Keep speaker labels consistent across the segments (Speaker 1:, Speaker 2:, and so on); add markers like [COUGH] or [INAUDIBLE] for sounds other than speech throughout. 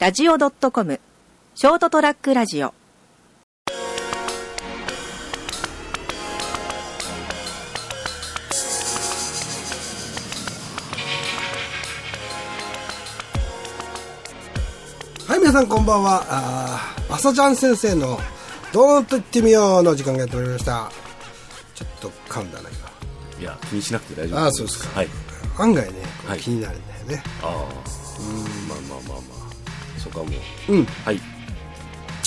Speaker 1: ST-radio.com ショートトラックラジオ
Speaker 2: はい、皆さんこんばんは。あー、朝ちゃん先生の、どーんと言ってみようの時間がやってまいりました。ちょっと噛んだな、
Speaker 3: いや気にしなくて大丈夫
Speaker 2: あーそうですか
Speaker 3: はい
Speaker 2: 今。案外ね、
Speaker 3: はい
Speaker 2: 気になるんだよね。
Speaker 3: ああうんまあまあまあまあそこはもう
Speaker 2: うん。
Speaker 3: はい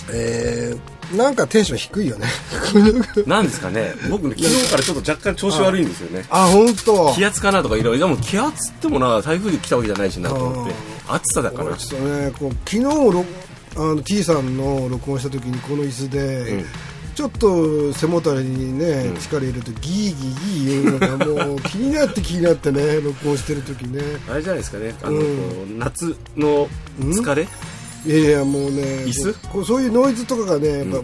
Speaker 2: えー、なんかテンション低いよね。 [LAUGHS]
Speaker 3: なんですかね僕ね昨日からちょっと若干調子悪いんですよね
Speaker 2: あ、ほんと。
Speaker 3: 気圧かなとかいろいろでも気圧ってもな台風で来たわけじゃないしなと思って暑さだから
Speaker 2: 俺ちょっとね、こう昨日ろあの T さんの録音した時にこの椅子で、
Speaker 3: うん
Speaker 2: ちょっと背もたれにね、
Speaker 3: うん
Speaker 2: 力入れるとギーギーギー言うのがもう気になって気になってね録音してる時ね
Speaker 3: あれじゃないですかねあの、
Speaker 2: うん
Speaker 3: こう夏の疲れ、
Speaker 2: いやいやもうね
Speaker 3: 椅子
Speaker 2: こうこうそういうノイズとかがねやっぱ、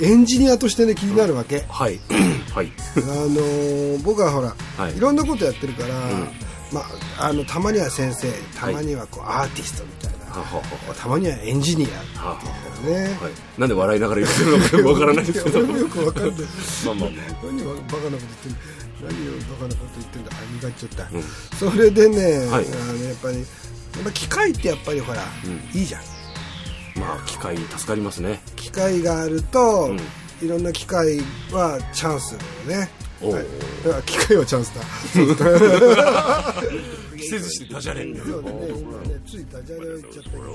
Speaker 2: エンジニアとしてね気になるわけ、
Speaker 3: はい [CLEARS THROAT] はい
Speaker 2: あのー僕はほら、
Speaker 3: はい
Speaker 2: い、ろんなことやってるから、
Speaker 3: ん
Speaker 2: まあ、あのたまには先生たまにはこう、アーティストみたいな、
Speaker 3: ははは
Speaker 2: たまにはエンジニア
Speaker 3: ははは
Speaker 2: だよね、
Speaker 3: はいなんで笑いながら言ってるのかよくわからないですけど
Speaker 2: 俺 [LAUGHS] もよくわかんない
Speaker 3: まあまあま
Speaker 2: 何をバカなこと言ってんだ何をバカなこと言ってんだあ身がっちゃった、
Speaker 3: うん
Speaker 2: それでね、
Speaker 3: はい
Speaker 2: あのやっぱりやっぱ機械ってやっぱりほら、いいじゃん
Speaker 3: あまあ機械助かりますね
Speaker 2: 機械があると、
Speaker 3: うん
Speaker 2: いろんな機械はチャンスだよね
Speaker 3: おう
Speaker 2: はいあ機械はチャンスだ
Speaker 3: 季節してダジャレ
Speaker 2: そうだね今ねついダジャレを言っちゃったけどあ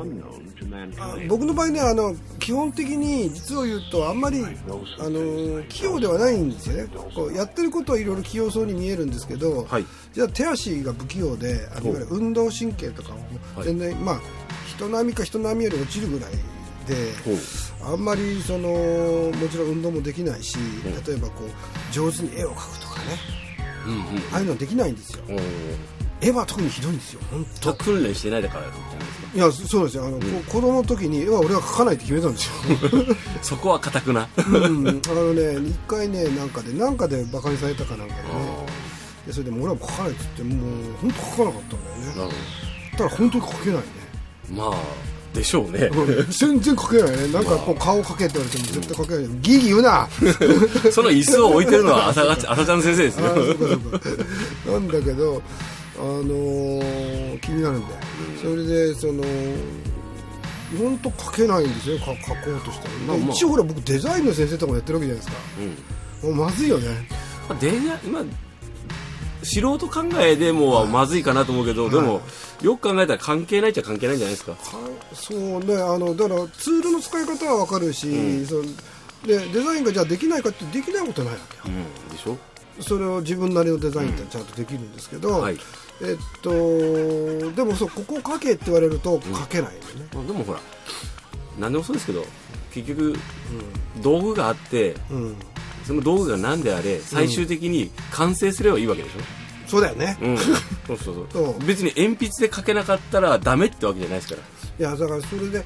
Speaker 2: の
Speaker 4: unknown to mankind.
Speaker 2: あ僕の場合ねあの基本的に実を言うとあんまりあの器用ではないんですよねこうやってることはいろいろ器用そうに見えるんですけど、
Speaker 3: はい
Speaker 2: じゃあ手足が不器用であの
Speaker 3: ほう
Speaker 2: いわゆる運動神経とかも
Speaker 3: はい
Speaker 2: 全然、まあ人並みか人並みより落ちるぐらいで
Speaker 3: ほう
Speaker 2: あんまりそのもちろん運動もできないし例えばこう上手に絵を描くとかね
Speaker 3: うんうん
Speaker 2: ああいうのできないんですよ
Speaker 3: おー
Speaker 2: 絵は特にひどいんですよ本当
Speaker 3: と訓練してないだからじゃないですか
Speaker 2: いやそそうですよあの、こう子供の時に絵は俺は描かないって決めたんですよ
Speaker 3: そこはかくな [LAUGHS]
Speaker 2: うん、あのね一回ねなんかでなんかでバカにされたかなんかでねでそれでもう俺は書かないっつってもう本当書かなかったんだよね
Speaker 3: なるほ
Speaker 2: ただ本当に書けないね
Speaker 3: どまあでしょうね
Speaker 2: うん全然書けないねなんかこう顔書けって言われても絶対書けないギーギー言うなあ
Speaker 3: [LAUGHS] その椅子を置いてるのは朝 [LAUGHS] が朝ちゃん先生ですね
Speaker 2: ーそうかそうかなんだけどあのー気になるんだよそれでその本当書けないんですよか書こうとして
Speaker 3: まあ
Speaker 2: も、
Speaker 3: まあ
Speaker 2: 一応ほら僕デザインの先生とかもやってるわけじゃないですか
Speaker 3: うん
Speaker 2: もうまずいよね
Speaker 3: まあデザインまあ素人考えでもはまずいかなと思うけど、でもよく考えたら関係ないっちゃ関係ないんじゃないですか
Speaker 2: かそうねあのだからツールの使い方はわかるし、そのでデザインがじゃあできないかってできないことないわけよ、
Speaker 3: うんでしょ
Speaker 2: それを自分なりのデザインってちゃんとできるんですけど、
Speaker 3: はい
Speaker 2: えっとでもそうここ書けって言われると書けないよね、
Speaker 3: まあでもほら何でもそうですけど結局、道具があって
Speaker 2: うん
Speaker 3: その道具が何であれ最終的に完成すればいいわけでしょ、
Speaker 2: そうだよね、
Speaker 3: うん、 [LAUGHS] そうそうそう
Speaker 2: そう
Speaker 3: 別に鉛筆で書けなかったらダメってわけじゃないですから
Speaker 2: いやだからそれで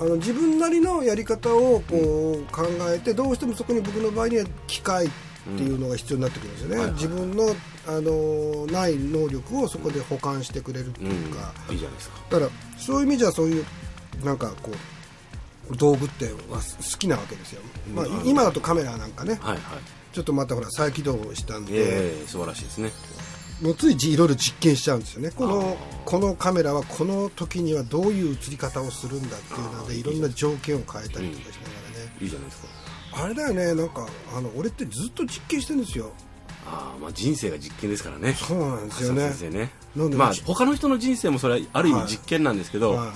Speaker 2: あの自分なりのやり方をこう、考えてどうしてもそこに僕の場合には機械っていうのが必要になってくるんですよね、
Speaker 3: はいはい
Speaker 2: 自分のあのない能力をそこで保管してくれるっていうか、
Speaker 3: いいじゃないですか
Speaker 2: だからそういう意味じゃそういうなんかこう道具っては好きなわけですよ、まあ、今だとカメラなんかね
Speaker 3: はいはい
Speaker 2: ちょっとまたほら再起動したんで、
Speaker 3: ええ素晴らしいですね
Speaker 2: もうついじいろいろ実験しちゃうんですよねこのこのカメラはこの時にはどういう映り方をするんだっていうのでいろんな条件を変えたりとかしながらね、
Speaker 3: いいじゃないですか
Speaker 2: あれだよねなんかあの俺ってずっと実験してるんですよ
Speaker 3: ああまあ人生が実験ですからね
Speaker 2: そうなんですよね
Speaker 3: 浅田先生ね
Speaker 2: なんで
Speaker 3: まあ
Speaker 2: うち
Speaker 3: 他の人の人生もそれはある意味実験なんですけど、
Speaker 2: は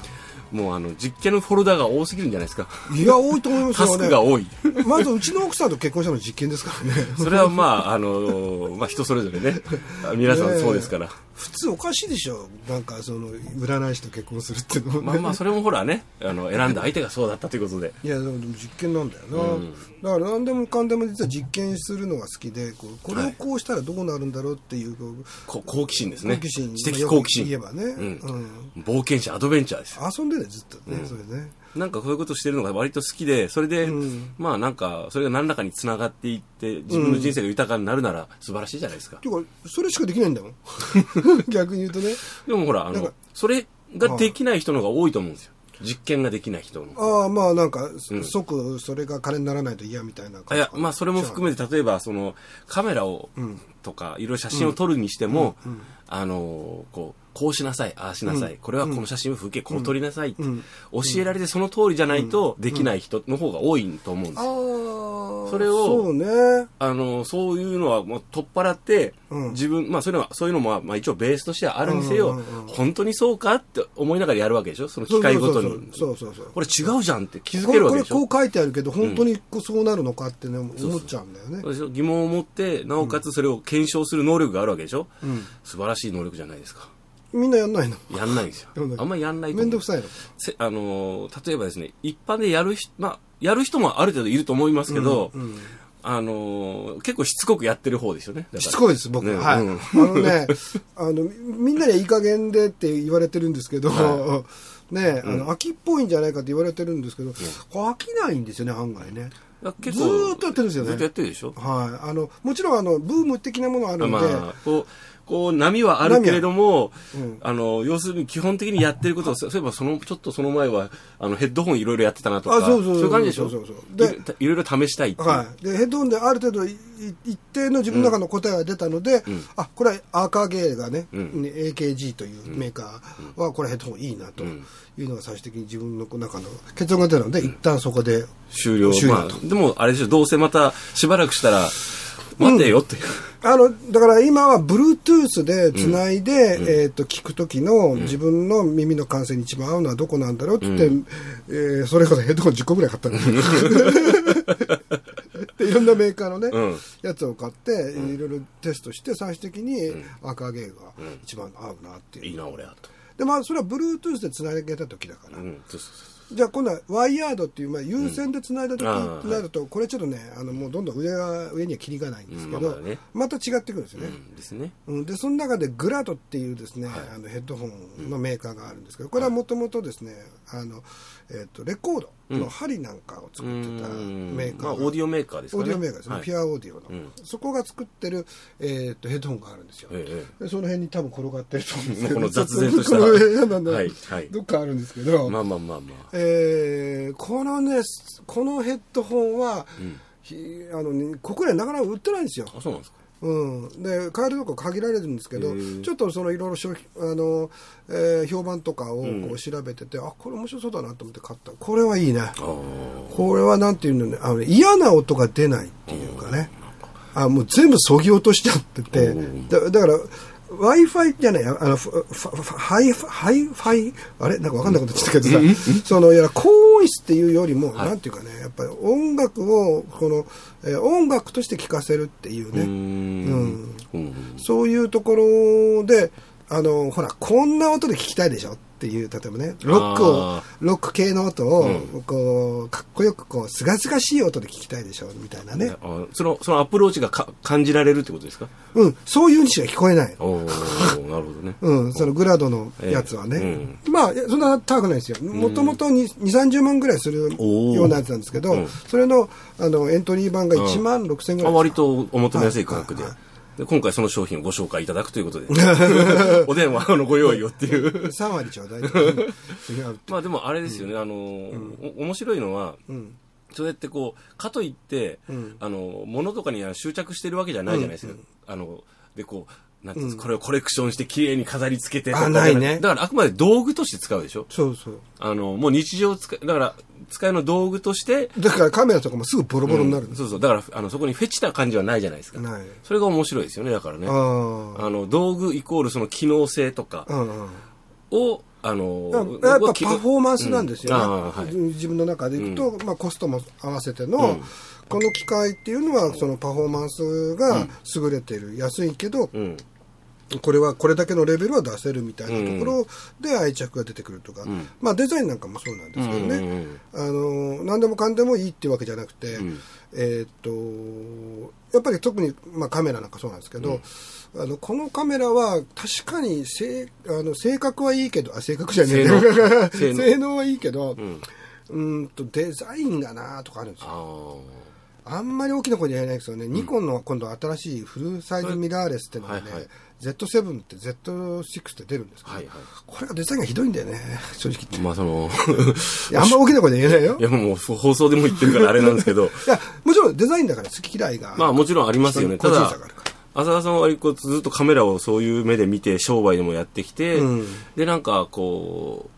Speaker 3: もうあの実験のフォルダが多すぎるんじゃないですか
Speaker 2: いや多いと思います
Speaker 3: タ
Speaker 2: よ
Speaker 3: ス
Speaker 2: ね
Speaker 3: クが
Speaker 2: [LAUGHS]
Speaker 3: 多い
Speaker 2: まずうちの奥さんと結婚したの実験ですからね
Speaker 3: [LAUGHS] それはまああのーまあ人それぞれね皆さんそうですから、
Speaker 2: 普通おかしいでしょなんかその占い師と結婚するっていうのもね
Speaker 3: まあまあそれもほらねあの選んだ相手がそうだったということで
Speaker 2: [LAUGHS] いやでも実験なんだよな、だから何でもかんでも実は実験するのが好きでこうこれをこうしたらどうなるんだろうっていう、こう
Speaker 3: こ好奇心ですね
Speaker 2: 好奇心
Speaker 3: 知的好奇心
Speaker 2: まあよく言えばね
Speaker 3: うん冒険者アドベンチャーですよ
Speaker 2: 遊んでねずっとね、それね
Speaker 3: なんかこういうことしてるのが割と好きで、それで、
Speaker 2: うん
Speaker 3: まあなんか、それが何らかにつながっていって、自分の人生が豊かになるなら素晴らしいじゃないですか。 [LAUGHS]
Speaker 2: ていうかそれしかできないんだもん逆に言うとね
Speaker 3: でもほら、あ
Speaker 2: なん
Speaker 3: の
Speaker 2: か、
Speaker 3: それができない人の方が多いと思うんですよ。実験ができない人の。
Speaker 2: ああ、まあなんか、即それが金にならないと嫌みたいな
Speaker 3: あ
Speaker 2: 感
Speaker 3: い
Speaker 2: じ
Speaker 3: や、まあ、それも含めて、例えば、その、カメラを、とか、いろいろ写真を撮るにしても、あの、こう、こうしなさい、ああしなさい、これはこの写真を風景、こう撮りなさいって、教えられてその通りじゃないと、できない人の方が多いと思うんで
Speaker 2: あ
Speaker 3: すよ。
Speaker 2: あ、
Speaker 3: それを
Speaker 2: そうね。
Speaker 3: あの、そういうのは、もう、取っ払って、
Speaker 2: うん
Speaker 3: 自分、まあ、そういうのは、そういうのも、まあ、一応ベースとしてはあるにせよ、
Speaker 2: うんうんうん
Speaker 3: 本当にそうかって思いながらやるわけでしょその機械ごとに。
Speaker 2: そうそうそうそうそうそう
Speaker 3: これ違うじゃんって気づ
Speaker 2: こ
Speaker 3: け
Speaker 2: れ
Speaker 3: るわ
Speaker 2: こ
Speaker 3: け
Speaker 2: れ
Speaker 3: でしょ
Speaker 2: こう書いてあるけど本当にこうそうなるのかってね思っちゃうんだよね
Speaker 3: そうでしょ疑問を持って、なおかつそれを検証する能力があるわけでしょ、
Speaker 2: ん
Speaker 3: 素晴らしい能力じゃないですか。
Speaker 2: みんなやんないの
Speaker 3: やんないんですよ
Speaker 2: やんない。
Speaker 3: あんまやんないと思う
Speaker 2: 面倒くさいの
Speaker 3: せあのー例えばですね、一般でやる人、まあ、やる人もある程度いると思いますけど、あのー結構しつこくやってる方ですよね。
Speaker 2: しつこい
Speaker 3: い。
Speaker 2: です僕、
Speaker 3: ね
Speaker 2: はい、
Speaker 3: うん
Speaker 2: あのね [LAUGHS] あのみんなにはいい加減でって言われてるんですけど、ねあの秋っぽいんじゃないかって言われてるんですけど、飽きないんですよね案外ね
Speaker 3: だから結
Speaker 2: ずーっとやってるんですよね
Speaker 3: ずっとやってるでしょ。
Speaker 2: はいあのもちろんあのブーム的なものはあるんで、
Speaker 3: まあ、こう、こう、波はあるけれども、
Speaker 2: 波はうん
Speaker 3: あの、要するに基本的にやってることを、そそういえばその、ちょっとその前は、あの、ヘッドホンいろいろやってたなとか、
Speaker 2: あそうそうそう
Speaker 3: いう感じでしょ
Speaker 2: そうそうそうで
Speaker 3: いろいろいろ試したいっていう。
Speaker 2: はい、でヘッドホンである程度いい一定の自分の中の答えが出たので、あこれはアーカーゲーがね、
Speaker 3: うん
Speaker 2: AKG というメーカーはこれヘッドホンいいなと
Speaker 3: うん
Speaker 2: いうのが最終的に自分の中の結論が出たので、一旦そこで
Speaker 3: 終了。
Speaker 2: 終了
Speaker 3: まあ、でも、あれでしょ、どうせまた、しばらくしたら、待てよっていう。
Speaker 2: あのだから今は Bluetooth でつないで、えー、と聞く時の自分の耳の感性に一番合うのはどこなんだろうって言って、えーそれこそヘッドホン10個ぐらい買
Speaker 3: [LAUGHS]
Speaker 2: ったんですよでいろんなメーカーのね、
Speaker 3: うん
Speaker 2: やつを買って、いろいろテストして最終的に赤ゲーが一番合うなっていう、
Speaker 3: いいな、俺は、と。
Speaker 2: でまあそれは Bluetooth でつないでた時だから、
Speaker 3: うん、そうそうそう。
Speaker 2: じゃあ今度はワイヤードっていう、まあ、有線でつないだ時
Speaker 3: うんああ
Speaker 2: になると、これちょっとねあのもうどんどん上が上には切りがないんですけ
Speaker 3: うんま
Speaker 2: ど、
Speaker 3: あまあね
Speaker 2: また違ってくるんですよね、
Speaker 3: うんですね。
Speaker 2: うん、でその中でグラドっていうですね、あのヘッドホンのメーカーがあるんですけどこれはもともとですねあの、えっとレコードの針なんかを作ってたメーカーが
Speaker 3: まあ、オーディオメーカーです
Speaker 2: オ
Speaker 3: か
Speaker 2: ーデ
Speaker 3: ね。
Speaker 2: ィオメーカーですね、
Speaker 3: はい
Speaker 2: ピュアオーディオの、
Speaker 3: ん
Speaker 2: そこが作ってる、えっとヘッドホンがあるんですよ、
Speaker 3: えええ
Speaker 2: でその辺に多分転がってると思うんですけど
Speaker 3: [LAUGHS] もうこの雑然とした
Speaker 2: この辺なんで
Speaker 3: はいはい
Speaker 2: どっかあるんですけど、
Speaker 3: えまあまあまあまあ。
Speaker 2: えーこのねすこのヘッドホンは、ひあのね国内なかなか売ってないんですよ、
Speaker 3: あ、そうなんですか。
Speaker 2: うん、で買えるとこ限られるんですけ
Speaker 3: へ
Speaker 2: ど
Speaker 3: ー
Speaker 2: ちょっとそのいろいろ商品あの、えー評判とかをこう調べてて、あこれ面白そうだなと思って買ったこれはいいね
Speaker 3: ああ。
Speaker 2: これはなんていうのねあのね嫌な音が出ないっていうかねあもう全部そぎ落としちゃってて
Speaker 3: うん
Speaker 2: だだから w i f i じゃないあのフフフフハイフハイファイあれなんかわかんないこと言ってたけどさ [LAUGHS] そのいや高音質っていうよりも、なんていうかねやっぱり音楽をこの、えー音楽として聴かせるっていうね、
Speaker 3: うーん。うん。
Speaker 2: そういうところで、あの、ほら、こんな音で聞きたいでしょっていう、例えばね、ロックを
Speaker 3: あ、
Speaker 2: ロック系の音を、こう、かっこよく、こう、すがすがしい音で聞きたいでしょみたいなね。
Speaker 3: あその、そのアプローチがか感じられるってことですか
Speaker 2: うん、そういうにしか聞こえない。
Speaker 3: おおなるほどね。
Speaker 2: うん、そのグラドのやつはね。
Speaker 3: え
Speaker 2: まあ、いやそんな高くないですよ。もともと2、30万ぐらいする
Speaker 3: おー
Speaker 2: ようなやつなんですけど、
Speaker 3: うん
Speaker 2: それの、あの、エントリー版が1万6千ぐら
Speaker 3: あ
Speaker 2: いですか。
Speaker 3: 割とお求めやすい価格で。で今回その商品をご紹介いただく [LAUGHS] ということで、お電話のご用意をっていう。
Speaker 2: 3割ちょうだいとかね。違う。
Speaker 3: [LAUGHS] まあでもあれですよね、あのー、お面白いのは、そうやってこう、かといって、あの、物とかには執着してるわけじゃないじゃないですか。あの、でこう、なんていうんですか、これをコレクションして綺麗に飾り付けてとか
Speaker 2: あないね
Speaker 3: だからあくまで道具として使うでしょ
Speaker 2: そうそう。
Speaker 3: あの、もう日常使い、だから、使いの道具として、
Speaker 2: だからカメラとかもすぐボロボロになるんです
Speaker 3: そうそう、だから、あの、そこにフェチな感じはないじゃないですか。
Speaker 2: ない
Speaker 3: それが面白いですよね、だからね。あ
Speaker 2: あ
Speaker 3: の、道具イコールその機能性とか
Speaker 2: あ、うんうん、
Speaker 3: を、あの、
Speaker 2: やっぱパフォーマンスなんですよね、
Speaker 3: うんあーはい
Speaker 2: 自分の中でいくと、まあ、コストも合わせての、この機械っていうのはそのパフォーマンスが優れてる、安いけど、
Speaker 3: うん。
Speaker 2: これはこれだけのレベルは出せるみたいなところで愛着が出てくるとか、まあ、デザインなんかもそうなんですけどね、
Speaker 3: うんうん
Speaker 2: あ
Speaker 3: うん
Speaker 2: の何でもかんでもいいっていうわけじゃなくて、えーっとやっぱり特に、まあ、カメラなんかそうなんですけど、あのこのカメラは確かにせいあの性格はいいけどあ性格じゃねえ [LAUGHS]
Speaker 3: 性能性
Speaker 2: 性
Speaker 3: 能
Speaker 2: 能はいいけど、うーんとデザインがなとかあるんですよ
Speaker 3: あー
Speaker 2: あんまり大きな声でやれないですよね、ニコンの今度新しいフルサイズミラーレスってのがね、
Speaker 3: はいはい
Speaker 2: Z7 って Z6 って出るんですけど、
Speaker 3: はいはい
Speaker 2: これがデザインがひどいんだよね、 [LAUGHS] 正直言って。
Speaker 3: まあその、 [LAUGHS]
Speaker 2: いやあんま大きな声で言えないよ。
Speaker 3: いやもう放送でも言ってるからあれなんです
Speaker 2: [LAUGHS]
Speaker 3: けど、
Speaker 2: いや、もちろんデザインだから好き嫌いが。
Speaker 3: まあもちろんありますよね。
Speaker 2: 個
Speaker 3: た
Speaker 2: 人
Speaker 3: だ
Speaker 2: 差があるか、
Speaker 3: 浅田さんは割とずっとカメラをそういう目で見て、商売でもやってきて、
Speaker 2: うん
Speaker 3: で、なんかこ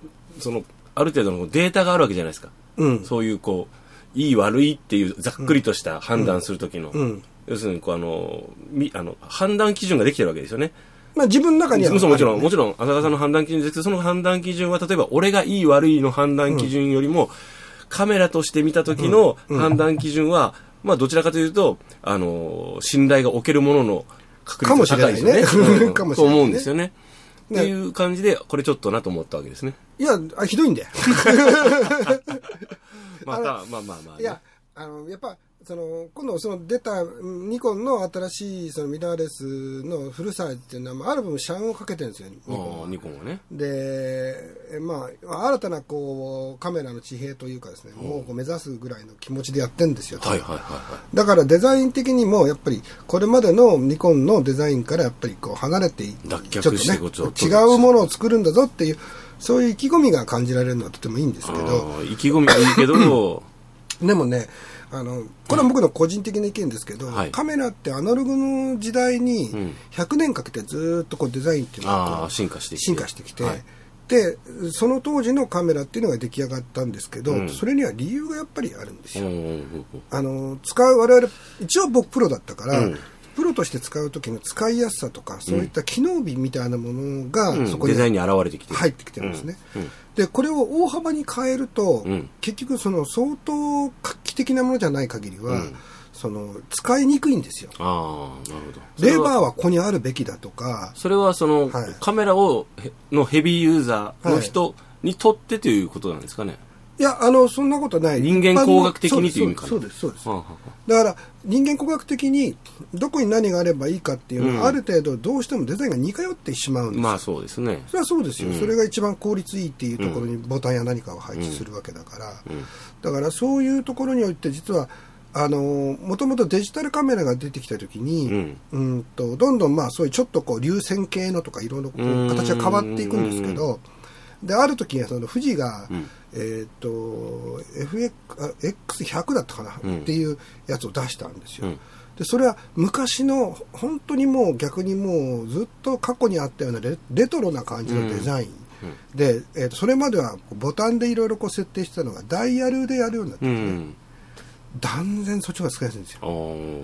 Speaker 3: う、その、ある程度のデータがあるわけじゃないですか。
Speaker 2: うん
Speaker 3: そういうこう、いい悪いっていうざっくりとした判断するときの、
Speaker 2: うん
Speaker 3: 要するにこうあの、みあの、判断基準ができてるわけですよね。
Speaker 2: まあ自分の中には、
Speaker 3: そうもちろん、
Speaker 2: ある
Speaker 3: もちろん、浅川さんの判断基準ですけど、その判断基準は、例えば、俺がいい悪いの判断基準よりも、カメラとして見た時の判断基準は、まあ、どちらかというと、あのー、信頼が置けるものの確率が高いですよね。
Speaker 2: かもしれないね
Speaker 3: う
Speaker 2: [LAUGHS]
Speaker 3: ん
Speaker 2: かもし
Speaker 3: と
Speaker 2: れないね
Speaker 3: 思うんですよね。っ
Speaker 2: ね
Speaker 3: ていう感じで、これちょっとなと思ったわけですね。
Speaker 2: いや、あひどいんだよ。 [LAUGHS]
Speaker 3: また、まあまあまあ、
Speaker 2: いや、あの、やっぱ、その、今度、その出た、うんニコンの新しい、そのミラーレスのフルサイズっていうのは、まあ、ある分、シャンをかけてるんですよ、ニ
Speaker 3: あ
Speaker 2: コンは
Speaker 3: ーニコンはね。
Speaker 2: で、えまあ、新たな、こう、カメラの地平というかですね、もうこう目指すぐらいの気持ちでやってるんですよ。
Speaker 3: はいはいはいは
Speaker 2: だからデザイン的にもやっぱりこれまでのニコンのデザインからやっぱりこう離れてい
Speaker 3: 脱却してこ
Speaker 2: ち
Speaker 3: そ
Speaker 2: ょっとね違うものを作るんだぞっていうそういう意気込みが感じられるのはとてもいいんですけ
Speaker 3: い。
Speaker 2: ど
Speaker 3: あー意気込みはいいけ
Speaker 2: [COUGHS]
Speaker 3: ど、
Speaker 2: でもねあのこれは僕の個人的な意見ですけど、
Speaker 3: はい
Speaker 2: カメラってアナログの時代に
Speaker 3: ん
Speaker 2: 100年かけてずーっとこうデザインっていうの
Speaker 3: あ
Speaker 2: が
Speaker 3: あ、進化してきて。
Speaker 2: 進化してきて、
Speaker 3: はい
Speaker 2: でその当時のカメラっていうのが出来上がったんですけど、
Speaker 3: うん
Speaker 2: それには理由がやっぱりあるんですよ
Speaker 3: うんうんうんうん
Speaker 2: あの使う我々一応僕プロだったから、
Speaker 3: うん
Speaker 2: プロとして使う時の使いやすさとかそういった機能美みたいなものが、
Speaker 3: うん
Speaker 2: そこに
Speaker 3: デザインに現れてきてる
Speaker 2: 入ってきてるんですね、
Speaker 3: うんうん
Speaker 2: でこれを大幅に変えると、
Speaker 3: うん
Speaker 2: 結局その相当画期的なものじゃない限りは、
Speaker 3: うん
Speaker 2: その使いにくいんですよ
Speaker 3: ああ、なるほど。
Speaker 2: レバー
Speaker 3: ー
Speaker 2: はここにあるべきだとか
Speaker 3: それはその、
Speaker 2: はい
Speaker 3: カメラをへのヘビーユーザーの人にとってということなんですかね。
Speaker 2: いやあのそんなことない
Speaker 3: 人間工学的にという意味かな
Speaker 2: そうですそうです
Speaker 3: はあはあは
Speaker 2: だから人間工学的にどこに何があればいいかっていうのは、
Speaker 3: うん
Speaker 2: ある程度どうしてもデザインが似通ってしまうん
Speaker 3: あ
Speaker 2: ですよ、
Speaker 3: まあそうですね。
Speaker 2: それはそうですよ、
Speaker 3: うん
Speaker 2: それが一番効率いいっていうところにボタンや何かを配置するわけだから、
Speaker 3: うん
Speaker 2: だからそういうところにおいて実はあのもともとデジタルカメラが出てきた時に、うん、とどんどんまあそういうちょっとこう流線形のとかいろいろこ
Speaker 3: う
Speaker 2: うん形が変わっていくんですけどである時にはその富士が、
Speaker 3: うん
Speaker 2: えっ、と FX あ X100 だったかな、
Speaker 3: うん
Speaker 2: っていうやつを出したんですよ、
Speaker 3: うん
Speaker 2: でそれは昔の本当にもう逆にもうずっと過去にあったようなレレトロな感じのデザイン、で、えーとそれまではボタンでいろいろこう設定してたのがダイヤルでやるようになって、
Speaker 3: うん。
Speaker 2: 断然そっちの方が使いやすいんですよ
Speaker 3: あー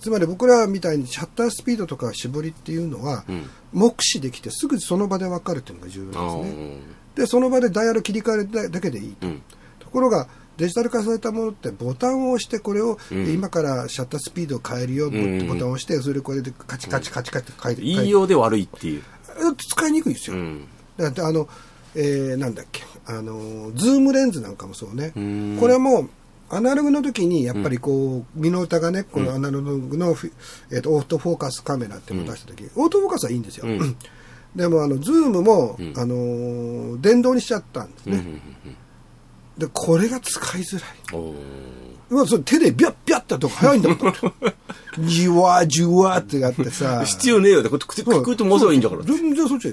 Speaker 2: つまり僕らみたいにシャッタースピードとか絞りっていうのは、
Speaker 3: うん
Speaker 2: 目視できてすぐその場で分かるっていうのが重要
Speaker 3: あ
Speaker 2: なんですね
Speaker 3: ー。
Speaker 2: でその場でダイヤル切り替えるだだけでいいと、
Speaker 3: うん
Speaker 2: ところがデジタル化されたものってボタンを押してこれを、
Speaker 3: うん
Speaker 2: 今からシャッタースピードを変えるよ、
Speaker 3: ん
Speaker 2: ボタンを押してそれでこれでカチカチカチカチって変えて、
Speaker 3: 言いようで悪いっていう。
Speaker 2: 変えて使いにくいです
Speaker 3: う
Speaker 2: よ、
Speaker 3: ん。
Speaker 2: だってあの、えーなんだっけあのズームレンズなんかもそうね、
Speaker 3: うん
Speaker 2: これはもうアナログの時にやっぱりこう、ミノータがねこのアナログのフィ、えーとオートフォーカスカメラっていうのを出した時、オートフォーカスはいいんですよ、
Speaker 3: うん
Speaker 2: [LAUGHS] でもあのズームも、
Speaker 3: ん
Speaker 2: あのー電動にしちゃったんです
Speaker 3: うんう
Speaker 2: ね、
Speaker 3: んうん
Speaker 2: でこれが使いづらい
Speaker 3: おー
Speaker 2: うわそれ手でビャッビャッってやった方が早いんだもんだってじわじわってやってさ
Speaker 3: 必要ねえよって、こうやってくつくくって戻せばいいんだから。
Speaker 2: 全然そっち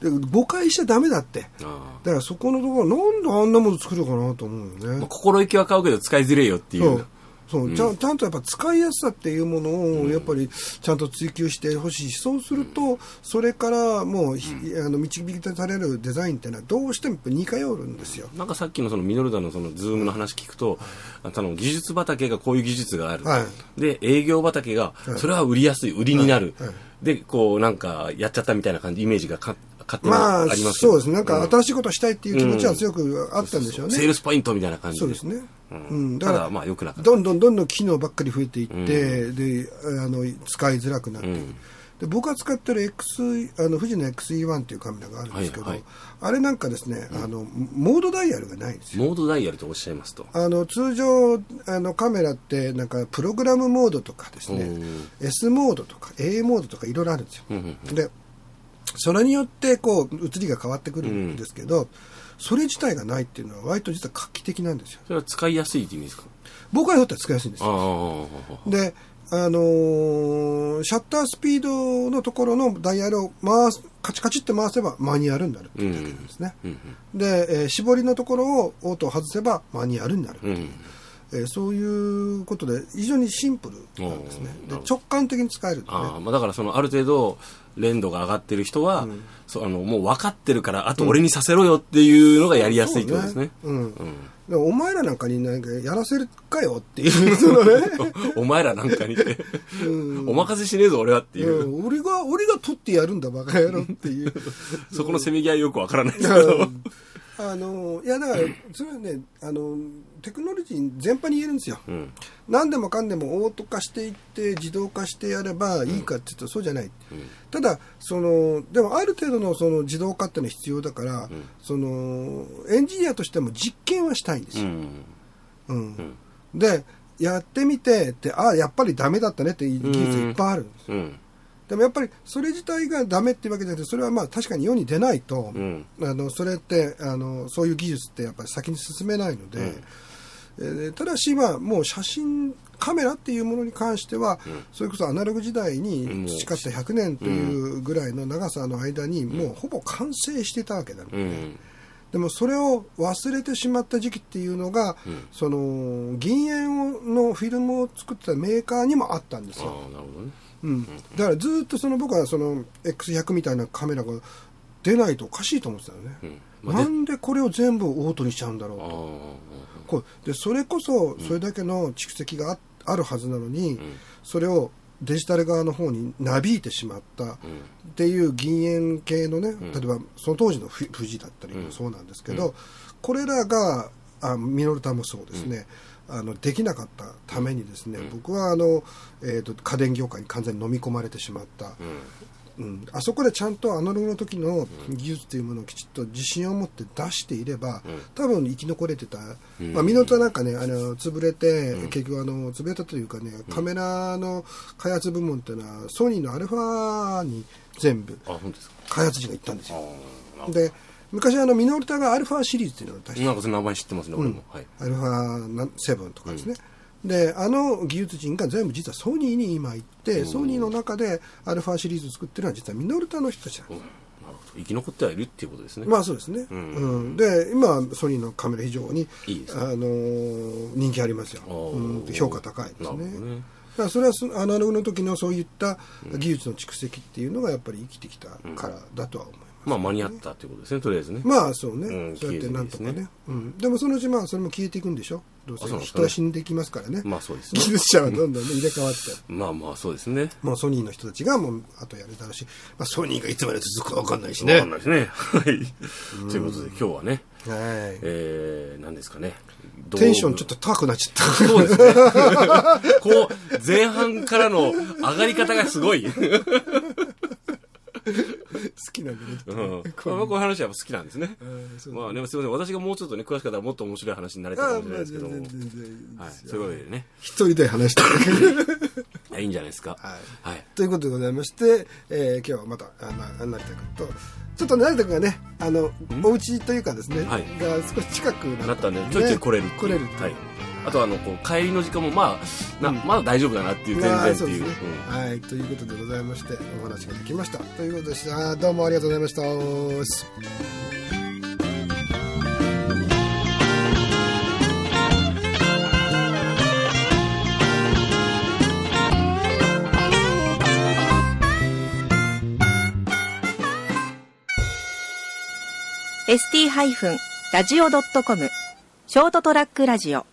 Speaker 2: で誤解しちゃダメだって
Speaker 3: あ
Speaker 2: だからそこのところなんであんなもの作るかなと思うよ
Speaker 3: ーま
Speaker 2: ね
Speaker 3: あ、心意気は買うけど使いづれえよってい
Speaker 2: そうう。そうちゃんちゃんとやっぱ使いやすさっていうものをやっぱりちゃんと追求してほしいしそうするとそれからもうひあの導き出されるデザインってのはどうしてもやっぱ似通うんですよ
Speaker 3: なんかさっきのそのミノルダのそのズームの話聞くと、あの技術畑がこういう技術がある。
Speaker 2: は
Speaker 3: で、営業畑が、それは売りやすい、売りになる。
Speaker 2: はいはい
Speaker 3: で、こうなんかやっちゃったみたいな感じ、イメージがか勝手に
Speaker 2: ま
Speaker 3: あ
Speaker 2: あ
Speaker 3: りますけど
Speaker 2: そうですねなんか
Speaker 3: うん
Speaker 2: 新しいことしたいっていう気持ちは強くあったんでしょうね
Speaker 3: セールスポイントみたいな感じ
Speaker 2: そ
Speaker 3: で。
Speaker 2: うですね。
Speaker 3: ん
Speaker 2: うん、
Speaker 3: ただまあ良くなかった
Speaker 2: どんどんどんどん機能ばっかり増えていって、で、あの、使いづらくなっていく、
Speaker 3: うん
Speaker 2: で、僕が使ってる X、あの、富士の XE1 っていうカメラがあるんですけど、
Speaker 3: はいはい
Speaker 2: あれなんかですね、あの、モードダイヤルがないんですよ。
Speaker 3: モードダイヤルとおっしゃいますと。
Speaker 2: あの、通常、あの、カメラって、なんか、プログラムモードとかです
Speaker 3: う
Speaker 2: ね
Speaker 3: ん、
Speaker 2: S モードとか A モードとかいろいろあるんですよ。
Speaker 3: うんうん
Speaker 2: で、それによって、こう、映りが変わってくるんですけど、それ自体がないっていうのは割と実は画期的なんですよ
Speaker 3: それは使いやすいって意味ですか
Speaker 2: 僕はだったら使いやすいんです
Speaker 3: ああ
Speaker 2: よであのーシャッタースピードのところのダイヤルを回すカチカチって回せばマニュアルになるっていうだけなんですね、
Speaker 3: うん
Speaker 2: で、えー絞りのところをオートを外せばマニュアルになる、
Speaker 3: うんうん
Speaker 2: えーそういうことで非常にシンプルなんですね
Speaker 3: おー
Speaker 2: で
Speaker 3: なるほど
Speaker 2: 直感的に使えるんでね
Speaker 3: ああまあだからそのある程度連度が上がってる人は、そうあのもう分かってるからあと俺にさせろよっていうのがやりやすいってことですね
Speaker 2: そうねうん
Speaker 3: うん
Speaker 2: でもお前らなんかになんかやらせるかよって
Speaker 3: [LAUGHS]
Speaker 2: いう、そのね、
Speaker 3: お前らなんかにって、お任せしねえぞ俺はっていう、
Speaker 2: うん俺が、俺が取ってやるんだ、バカ野郎って
Speaker 3: [LAUGHS]
Speaker 2: いう。
Speaker 3: そこのせめぎ合いよくわからないですけど、
Speaker 2: うんあの、いや、だから、それはね、あの、テクノロジー全般に言えるんですよ。
Speaker 3: うん
Speaker 2: 何でもかんでもオート化していって、自動化してやればいいかって言うと、そうじゃない。ただ、その、でもある程度のその自動化っていうのは必要だから、その、エンジニアとしても実験はしたいんですよ。
Speaker 3: うん
Speaker 2: うん、でやってみてってああやっぱりダメだったねっていう技術いっぱいあるんです
Speaker 3: うん
Speaker 2: でもやっぱりそれ自体がダメっていうわけじゃなくてそれはまあ確かに世に出ないと、
Speaker 3: うん
Speaker 2: あのそれってあのそういう技術ってやっぱり先に進めないので、えーただしまあもう写真カメラっていうものに関しては、それこそアナログ時代に培った100年というぐらいの長さの間にもうほぼ完成してたわけだ、
Speaker 3: うん
Speaker 2: でもそれを忘れてしまった時期っていうのが、その銀塩のフィルムを作ってたメーカーにもあったんです
Speaker 3: ああ
Speaker 2: よ、
Speaker 3: なるほどね
Speaker 2: うん、だからずっとその僕はその X100 みたいなカメラが出ないとおかしいと思ってたよね、
Speaker 3: んまあで
Speaker 2: なんでこれを全部オートにしちゃうんだろう
Speaker 3: ああ
Speaker 2: とこうでそれこそそれだけの蓄積がああるはずなのに、それをデジタル側の方になびいてしまったっていう銀塩系のね、例えばその当時のフィ富士だったりもそうなんですけど、これらがあミノルタもそうですね、あのできなかったためにですね、僕はあの、えー、と家電業界に完全に飲み込まれてしまった、うん、あそこでちゃんとアナログの時の技術というものをきちっと自信を持って出していれば、多分生き残れてた、まあ、ミノトはなんかねあの潰れて、結局あの潰れたというかねカメラの開発部門っていうのはソニーのアルファに全部
Speaker 3: あ本当ですか
Speaker 2: 開発陣が行ったんです
Speaker 3: あ
Speaker 2: よで昔あのミノルタがアルファシリーズっていうのを出して
Speaker 3: あなんかその名前知ってますね俺も、はい
Speaker 2: アルファ7とかですね、であの技術陣が全部実はソニーに今行って、ソニーの中でアルファシリーズを作ってるのは実はミノルタの人たちなんです
Speaker 3: うんなるほど生き残ってはいるっていうことですね、
Speaker 2: まあそうですね、うん
Speaker 3: ん
Speaker 2: で今ソニーのカメラ非常に
Speaker 3: いいですね
Speaker 2: あのー人気ありますよ、
Speaker 3: あー
Speaker 2: うん、評価高いですね
Speaker 3: なるほどね
Speaker 2: だからそれはそアナログの時のそういった技術の蓄積っていうのがやっぱり生きてきたからだとは思います、
Speaker 3: まあ間に合ったっていうことですねとりあえずね、
Speaker 2: まあそうね、
Speaker 3: うん
Speaker 2: そうやってなんとかね
Speaker 3: 消えていいですね
Speaker 2: うん、でもそのうちまあそれも消えていくんでしょどうせ
Speaker 3: あそうなんですか
Speaker 2: 人
Speaker 3: ね
Speaker 2: は死んでいきますからね、
Speaker 3: まあそうですね
Speaker 2: 技術者はどんどん、ね、入れ替わって
Speaker 3: まあまあそうですね
Speaker 2: もうソニーの人たちがもうあとやるだろうし、まあ、ソニーがいつまで続くか分かんないし
Speaker 3: わ
Speaker 2: ね
Speaker 3: かんないで
Speaker 2: [LAUGHS]
Speaker 3: すねはいということで今日はね
Speaker 2: はい
Speaker 3: えー、何ですかね
Speaker 2: テンションちょっ
Speaker 3: と
Speaker 2: と高くなっちゃった
Speaker 3: そうですね [LAUGHS] こう前半からの上がり方がすごい
Speaker 2: 好きなんだけ
Speaker 3: う
Speaker 2: ど
Speaker 3: ん、まあこういう話はやっぱ好きなんですね。
Speaker 2: そう
Speaker 3: まあでもすみません、私がもうちょっとね、詳しかったらもっと面白い話になれたか
Speaker 2: あ
Speaker 3: もしれない
Speaker 2: まあ
Speaker 3: ですけ
Speaker 2: 全
Speaker 3: ども。
Speaker 2: 然全然いい
Speaker 3: はい
Speaker 2: で、す
Speaker 3: そうい
Speaker 2: よ
Speaker 3: うことでね、
Speaker 2: 一人で話してる
Speaker 3: いやいいんじゃないですか。
Speaker 2: はい
Speaker 3: はい。
Speaker 2: ということでございまして、えー、今日はまたあな成田君とちょっと成田君がねあのお家というかですね、
Speaker 3: はい
Speaker 2: が少し近くな
Speaker 3: な
Speaker 2: っ
Speaker 3: った
Speaker 2: た
Speaker 3: んで、ちょいちょい来れるっていう
Speaker 2: 来れる
Speaker 3: はい。あとあの、こう、帰りの時間も、まあ、な、まだ大丈夫だなっていう、全
Speaker 2: あ
Speaker 3: 然
Speaker 2: ー
Speaker 3: って
Speaker 2: そうで
Speaker 3: い
Speaker 2: す
Speaker 3: う。
Speaker 2: ね
Speaker 3: うん
Speaker 2: はいということでございましてお話ができましたということでしたどうもありがとうございました
Speaker 1: ー ST-radio.com ショートトラックラジオ